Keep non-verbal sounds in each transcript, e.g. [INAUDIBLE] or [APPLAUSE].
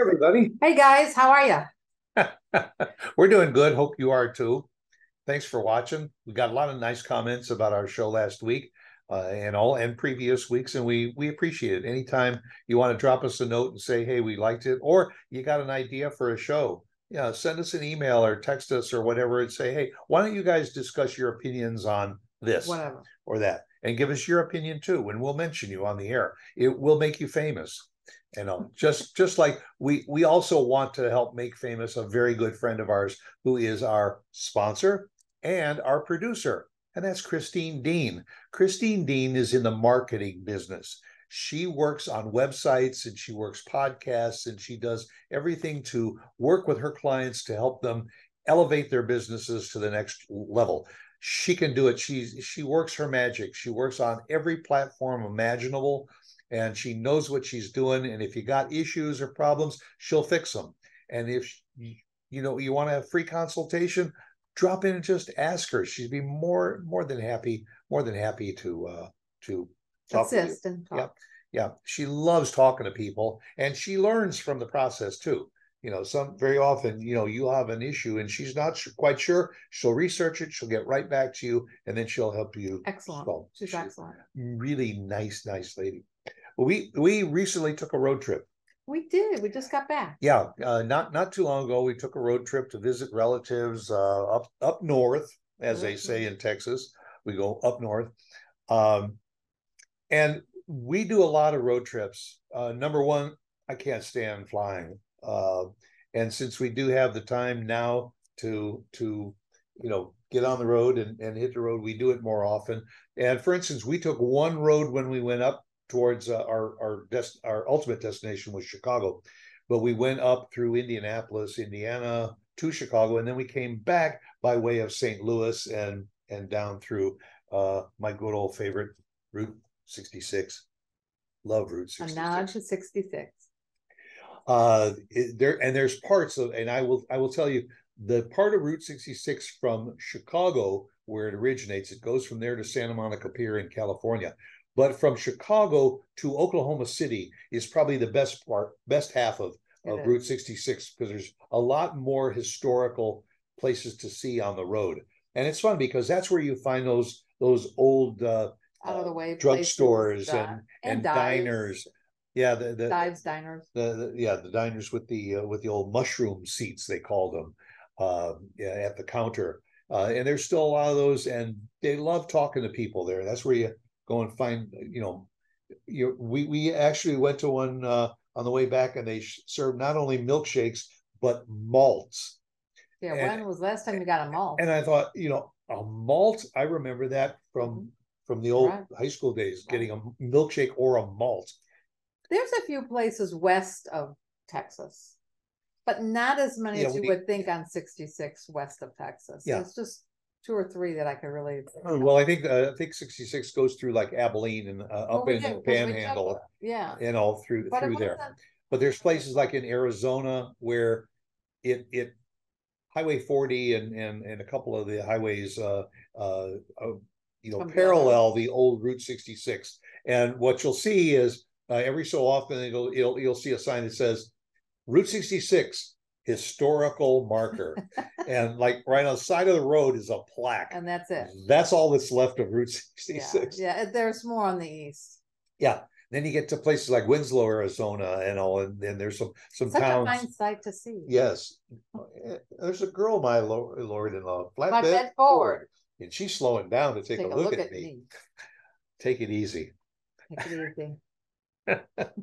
everybody. Hey guys, how are ya? We're doing good. Hope you are too. Thanks for watching. We got a lot of nice comments about our show last week uh, and all and previous weeks, and we we appreciate it. Anytime you want to drop us a note and say, "Hey, we liked it," or you got an idea for a show, yeah, send us an email or text us or whatever, and say, "Hey, why don't you guys discuss your opinions on this?" Whatever. or that and give us your opinion too and we'll mention you on the air it will make you famous you know just just like we we also want to help make famous a very good friend of ours who is our sponsor and our producer and that's christine dean christine dean is in the marketing business she works on websites and she works podcasts and she does everything to work with her clients to help them elevate their businesses to the next level she can do it. She's she works her magic. She works on every platform imaginable, and she knows what she's doing. And if you got issues or problems, she'll fix them. And if you know you want to have free consultation, drop in and just ask her. She'd be more more than happy more than happy to uh, to talk with you. Assist and Yep. talk. Yeah, she loves talking to people, and she learns from the process too. You know, some very often, you know, you'll have an issue and she's not su- quite sure. She'll research it. She'll get right back to you, and then she'll help you. Excellent. solve. She's excellent. really nice, nice lady. We we recently took a road trip. We did. We just got back. Yeah, uh, not not too long ago, we took a road trip to visit relatives uh, up up north, as they say in Texas. We go up north, um, and we do a lot of road trips. Uh, number one, I can't stand flying, uh, and since we do have the time now to to you know get on the road and, and hit the road, we do it more often. And for instance, we took one road when we went up towards uh, our our des- our ultimate destination was Chicago but we went up through Indianapolis, Indiana to Chicago, and then we came back by way of St. Louis and and down through uh, my good old favorite Route 66. Love Route A 66. nod to sixty-six. Uh, it- there and there's parts of, and I will I will tell you the part of Route 66 from Chicago where it originates. It goes from there to Santa Monica Pier in California, but from Chicago to Oklahoma City is probably the best part, best half of It of is. Route 66 because there's a lot more historical places to see on the road, and it's fun because that's where you find those those old uh, Out of the way. places, drugstores di- and and dives. diners. Yeah, the, the, Dives, diners. the, the yeah the diners with the uh, with the old mushroom seats they called them uh, yeah, at the counter uh, and there's still a lot of those and they love talking to people there that's where you go and find you know you we we actually went to one uh, on the way back and they sh- served not only milkshakes but malts Yeah, and- when was the last time you got a malt? and I thought you know a malt I remember that Mhm. from from the old Right. high school days getting a milkshake or a malt There's a few places west of Texas. But not as many Yeah, as you we- would think on sixty-six west of Texas. Yeah. It's just two or three that I could really. Oh, Well, I think, uh, I think sixty-six goes through like Abilene and uh, Well, up we did, in the 'cause we took- Panhandle Yeah. and all through, But it through there. wasn't- But there's places like in Arizona where it, it, Highway forty and, and, and a couple of the highways, uh, uh, uh, you know, Come together. parallel the old Route sixty-six. And what you'll see is, uh, every so often it'll, you'll, you'll see a sign that says Route sixty-six historical [LAUGHS] marker. And like right on the side of the road is a plaque. And that's it. That's all that's left of Route Yeah, 66. Yeah. Yeah, it- there's more on the east. Then you get to places like Winslow, Arizona, and all, and then there's some some Such a towns. fine sight to see. Yes, Uh, there's a girl, my lo- lord in law, My flatbed, bed forward. and she's slowing down to take, a look, at, me. me. Take it easy. Take it [LAUGHS]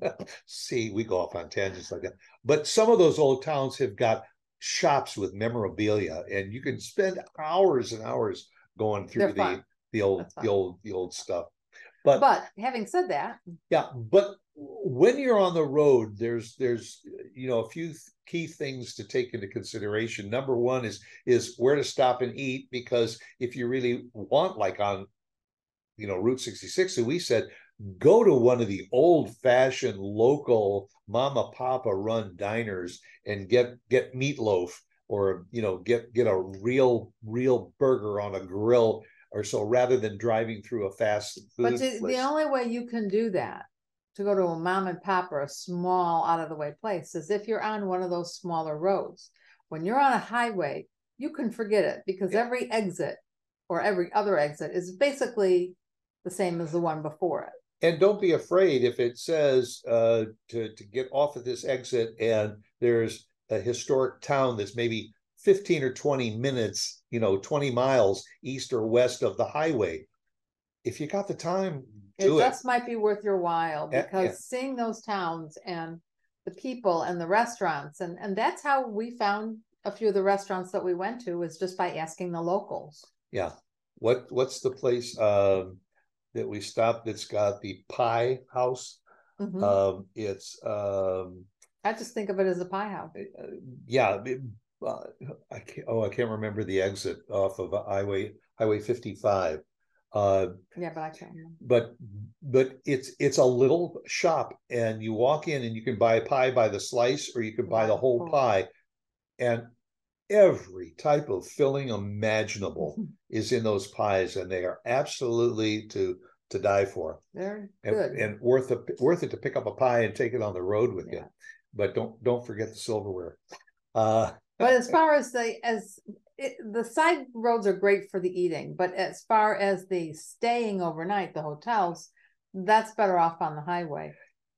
easy. See, we go off on tangents like that. But some of those old towns have got shops with memorabilia, and you can spend hours and hours going through They're the fun. the old That's the fun. old the old stuff. But But having said that, Yeah, but when you're on the road, there's there's you know a few th- key things to take into consideration. Number one is is where to stop and eat because if you really want, like on you know Route 66, that we said go to one of the old-fashioned local mama papa run diners and get get meatloaf or you know get get a real real burger on a grill or so rather than driving through a fast food but the, the place. only way you can do that to go to a mom and pop or a small out of the way place is if you're on one of those smaller roads. When you're on a highway, you can forget it because Yeah. every exit or every other exit is basically the same as the one before it. And don't be afraid if it says uh, to to get off of this exit and there's a historic town that's maybe fifteen or twenty minutes, you know, twenty miles east or west of the highway. If you got the time, it do it. just might be worth your while Yeah, yeah. because seeing those towns and the people and the restaurants and and that's how we found a few of the restaurants that we went to was just by asking the locals Yeah. What what's the place um, that we stopped that's got the pie house? Mhm. Um, it's um, i just think of it as a pie house uh, yeah, it- uh, I can't, oh, I can't remember the exit off of highway highway 55. Uh, yeah but i can't remember. but but it's it's a little shop and you walk in and you can buy a pie by the slice or you can buy the whole Wow. pie and every type of filling imaginable is in those pies and they are absolutely to to die for [LAUGHS] they're and, good and worth a, worth it to pick up a pie and take it on the road with you Yeah. but don't don't forget the silverware uh but [LAUGHS] as far as the as it, the side roads are great for the eating but as far as the staying overnight the hotels that's better off on the highway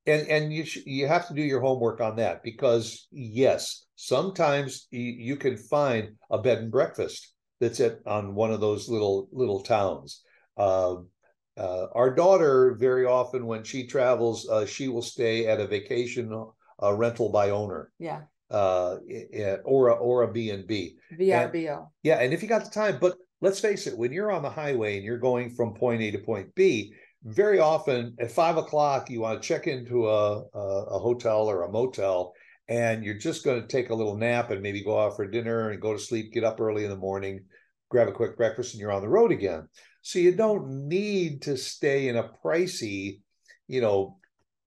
and and you sh- you have to do your homework on that because yes sometimes you, you can find a bed and breakfast that's at on one of those little little towns Um uh, our daughter very often when she travels uh, she will stay at a vacation uh, rental by owner yeah uh, i- i- or a, or a b&b vrbo yeah, and if you got the time, but let's face it, when you're on the highway and you're going from point A to point B, very often at five o'clock you want to check into a a, a hotel or a motel, and you're just going to take a little nap and maybe go out for dinner and go to sleep, get up early in the morning, grab a quick breakfast, and you're on the road again. So you don't need to stay in a pricey, you know,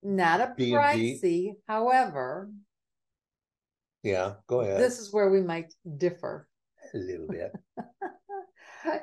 not a B&B. pricey. However, yeah. Go ahead this is where we might differ. [LAUGHS] a little bit.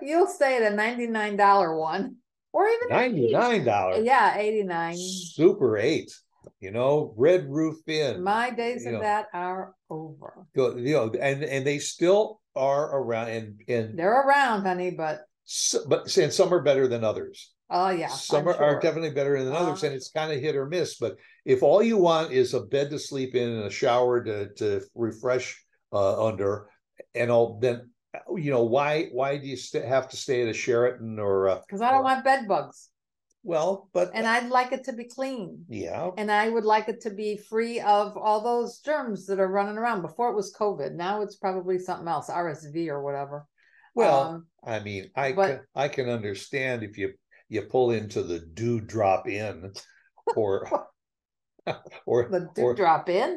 You'll stay at a ninety-nine dollar one, or even Ninety nine dollars, yeah, eighty-nine. super eight. You know, Red Roof Inn. My days you of know. that are over. go you know and and they still are around and and They're around, honey, but s- but and some are better than others oh yeah, I'm some are, are sure. definitely better than others Uh, and it's kind of hit or miss but if all you want is a bed to sleep in and a shower to to refresh uh under and all then uh, you know why why do you st- have to stay at a sheraton or uh Because I don't want bed bugs, well but and I'd like it to be clean. yeah And I would like it to be free of all those germs that are running around. Before it was COVID. Now it's probably something else, RSV or whatever. well Um, i mean i but- can, i can understand if you you pull into the dew drop [LAUGHS] in or [LAUGHS] or the or- do drop in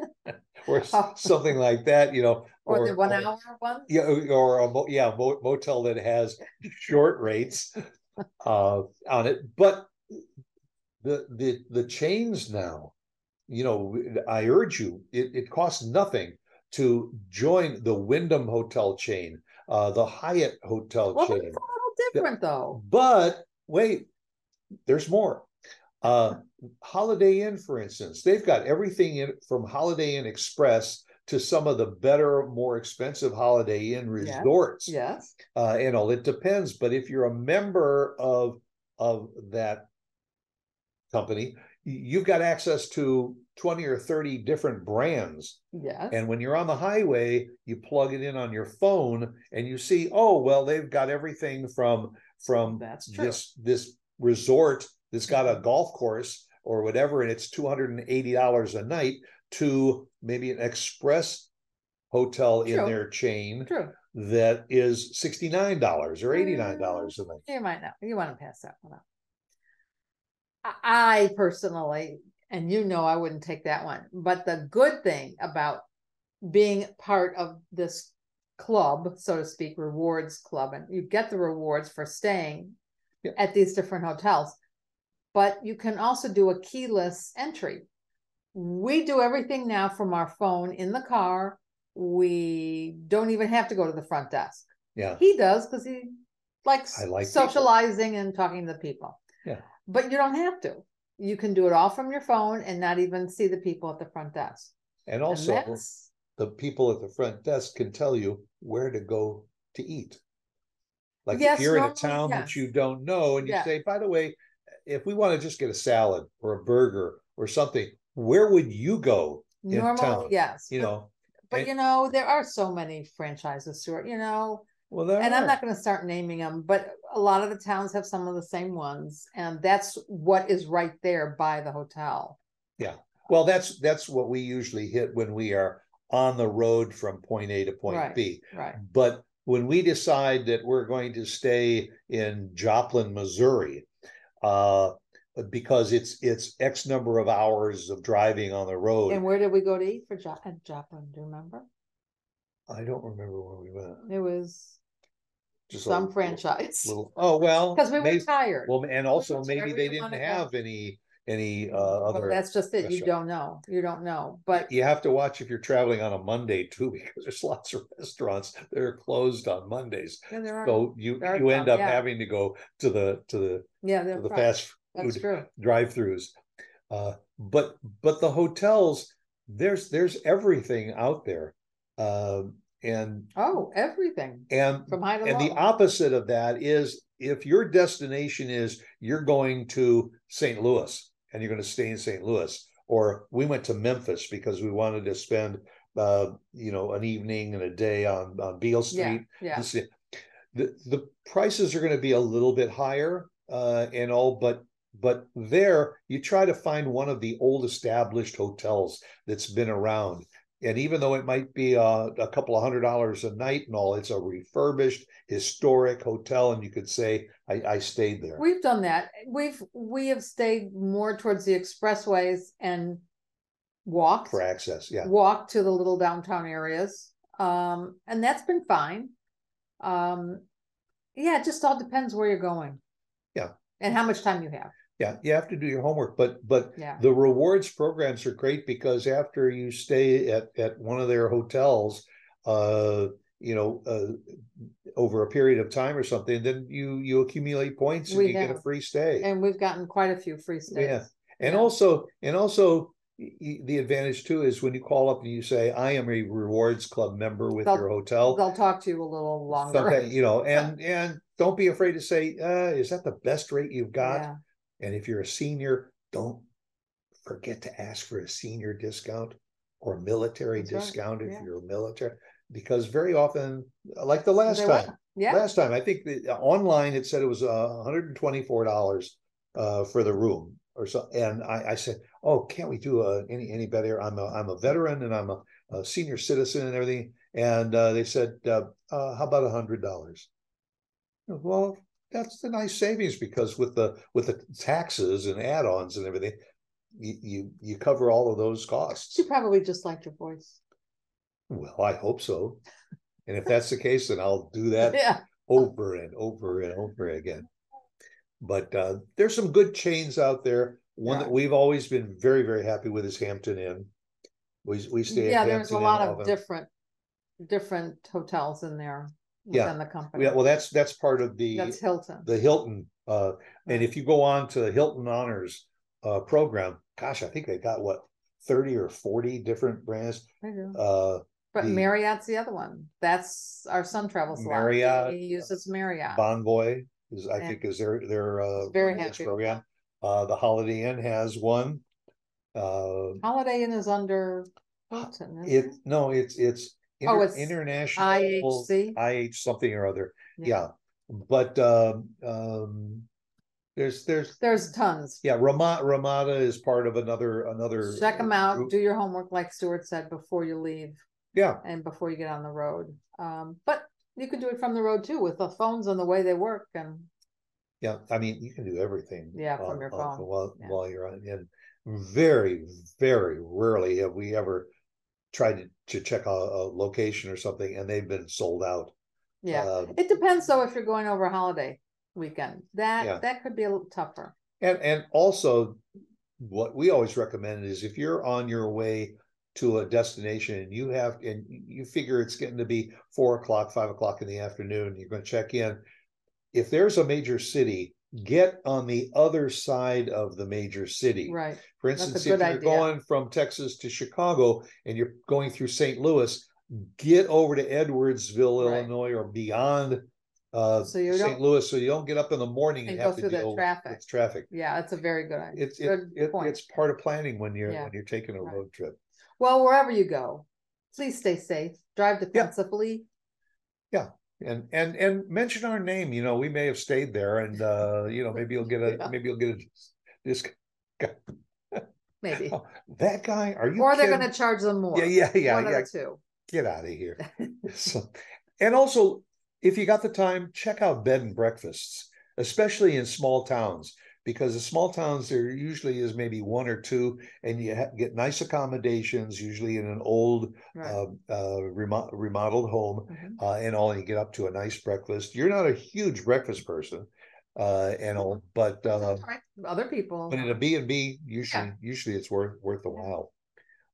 or [LAUGHS] s- something like that, you know, or, the one hour one. yeah, or a mo- yeah, mo- motel that has short [LAUGHS] rates uh, on it. But the the the chains now, you know, I urge you, it, it costs nothing to join the Wyndham Hotel chain, uh, the Hyatt Hotel Well, it's a chain. little different though. But wait, there's more. Uh, Holiday Inn, for instance, they've got everything in from Holiday Inn Express to some of the better, more expensive Holiday Inn Yeah. resorts. Yes. Uh, and all it depends. But if you're a member of of that company, you've got access to 20 or 30 different brands Yes. and when you're on the highway, you plug it in on your phone and you see, oh, well, they've got everything from from That's true. this this resort that's got a golf course or whatever, and it's two hundred and eighty dollars a night to maybe an express hotel in True. their chain True. that is sixty nine dollars or eighty nine dollars a night. You might not. You want to pass that one up. I I personally, and you know, I wouldn't take that one. But the good thing about being part of this club, so to speak, rewards club, and you get the rewards for staying Yeah. at these different hotels. But you can also do a keyless entry. We do everything now from our phone in the car. We don't even have to go to the front desk. Yeah, He does because he likes I like people. socializing and talking to people. Yeah. But you don't have to. you can do it all from your phone and not even see the people at the front desk. And And also, that's- the people at the front desk can tell you where to go to eat. Like Yes, if you're in a normally, town that yes. you don't know and you Yeah. say, by the way, if we want to just get a salad or a burger or something, where would you go? in town, normally, yes. You but- know, But and- you know, there are so many franchises, Stuart, you know, well, there and are. I'm not gonna start naming them, but a lot of the towns have some of the same ones. And that's what is right there by the hotel. Well, that's that's what we usually hit when we are on the road from point A to point Right. B. Right. But when we decide that we're going to stay in Joplin, Missouri, uh, because it's it's X number of hours of driving on the road. And where did we go to eat for Jo- at Joplin? Do you remember? I don't remember where we went. It was Just a some little- franchise. [LAUGHS] Little, oh well, Because we were may- tired. well, and also were maybe tired, we they didn't wanted to- have any any uh, But other. That's just it. You restaurant. don't know. You don't know. [LAUGHS] But you have to watch if you're traveling on a Monday too, [LAUGHS] because there's lots of restaurants that are closed on Mondays. Yeah, there are. So you There are you end some, up yeah. having to go to the to the yeah, there to the are. fast That's food true. drive-throughs. Uh, but but the hotels, there's there's everything out there, um, and Oh, everything and from high to and the low. opposite of that is if your destination is you're going to St. Louis and you're going to stay in St. Louis, or we went to Memphis because we wanted to spend, uh, you know, an evening and a day on, on yeah, Beale Street. yeah. This- the, the prices are going to be a little bit higher uh, and all, but but there you try to find one of the old established hotels that's been around. And even though it might be uh, a couple of hundred dollars a night and all, it's a refurbished historic hotel, and you could say I, I stayed there. We've done that. We've we have stayed more towards the expressways and walked for access. Yeah. walked to the little downtown areas. Um, and that's been fine. Um, yeah, it just all depends where you're going. Yeah. And how much time you have. Yeah. You have to do your homework. But but Yeah. the rewards programs are great because after you stay at, at one of their hotels, uh, you know, uh, over a period of time or something, then you you accumulate points and We you get a have. free stay. And we've gotten quite a few free stays. Yeah. And Yeah. also, and also, y- y- the advantage too is when you call up and you say, "I am a rewards club member with They'll- your hotel," They'll talk to you a little longer. something, you know, and and don't be afraid to say, uh, "Is that the best rate you've got?" Yeah. And if you're a senior, don't forget to ask for a senior discount or military That's right. discount if Yeah. you're military, because very often, like the last They time, will. Yeah. last time i think the uh, online it said it was uh, 124 dollars uh, for the room or so and i, I said oh can't we do uh, any any better i'm a, I'm a veteran and i'm a, a senior citizen and everything and uh, they said uh, uh, how about a hundred dollars well that's the nice savings because with the with the taxes and add-ons and everything you you, you cover all of those [LAUGHS] costs She probably just liked your voice. well i hope so and if that's the case then i'll do that Yeah. over and over and over again. But uh, there's some good chains out there. One There that we've always been very, very happy with is Hampton Inn. We we stay. Yeah, at there's a Hampton lot Inn of often. different, different hotels in there Yeah. within the company. Yeah, well, that's that's part of the That's Hilton. the Hilton. Uh, and if you go on to the Hilton Honors uh, program, gosh, I think they got what thirty or forty different brands. They do. Uh, But the- Marriott's the other one. That's our Sun Travel slot. Marriott, He uses Marriott. Bonvoy is I Yeah. think is their their uh, Very rewards happy. program. Uh, the Holiday Inn has one. Uh, Holiday Inn is under Hilton, isn't It, it? no, it's, it's. Oh, inter- it's International. IHC? IH something or other, yeah, but, um, um. There's, there's, There's tons. yeah, Ramada, Ramada is part of another, another. Check them out. group. Do your homework, like Stuart said, before you leave Yeah, and before you get on the road. Um, but you can do it from the road too with the phones and the way they work and yeah, I mean, you can do everything. Yeah, from on- your on- phone, While, yeah. while you're on, and very, very rarely have we ever tried to, to check a, a location or something and they've been sold out. yeah. Uh, It depends though if you're going over a holiday weekend. That Yeah. that could be a little tougher. And and also what we always recommend is if you're on your way to a destination and you have and you figure it's getting to be four o'clock, five o'clock in the afternoon, you're gonna check in. If there's a major city get on the other side of the major city. right. For That's a instance, good if you're idea. going from Texas to Chicago and you're going through St. Louis, get over to Edwardsville, Right. Illinois, or beyond uh, So you St. don't, Louis, so you don't get up in the morning and And go have to through the deal traffic. with traffic. yeah, that's a very good idea. It's it, Good it- point. it's part of planning when you're Yeah. when you're taking a Right. road trip. Well, wherever you go, please stay safe, drive Yeah. defensively. And and and mention our name. You know, we may have stayed there, and uh, you know, maybe you'll get a [LAUGHS] Yeah. maybe you'll get a this [LAUGHS] maybe. that guy. Are Oh, you? Or they're kidding? gonna charge them more. Yeah, yeah, yeah, One of yeah. the two. get out [LAUGHS] of here. so, and also, if you got the time, check out bed and breakfasts, especially in small towns, because in small towns there usually is maybe one or two, and you ha- get nice accommodations, usually in an old Right. uh, uh, remo- remodeled home Mhm. uh, and all, and you get up to a nice breakfast. You're not a huge breakfast person, uh, and all, but uh, All right, Other people. but in a B and B, usually usually it's worth worth the while.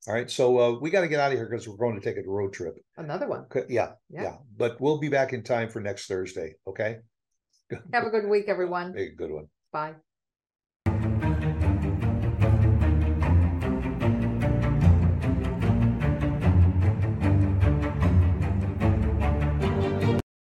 All right, so uh, we got to get out of here because we're going to take a road trip. Another [LAUGHS] one. Okay, Yeah, Yeah. yeah, but we'll be back in time for next Thursday. Okay, Have a good week, everyone. Make a good one. Bye.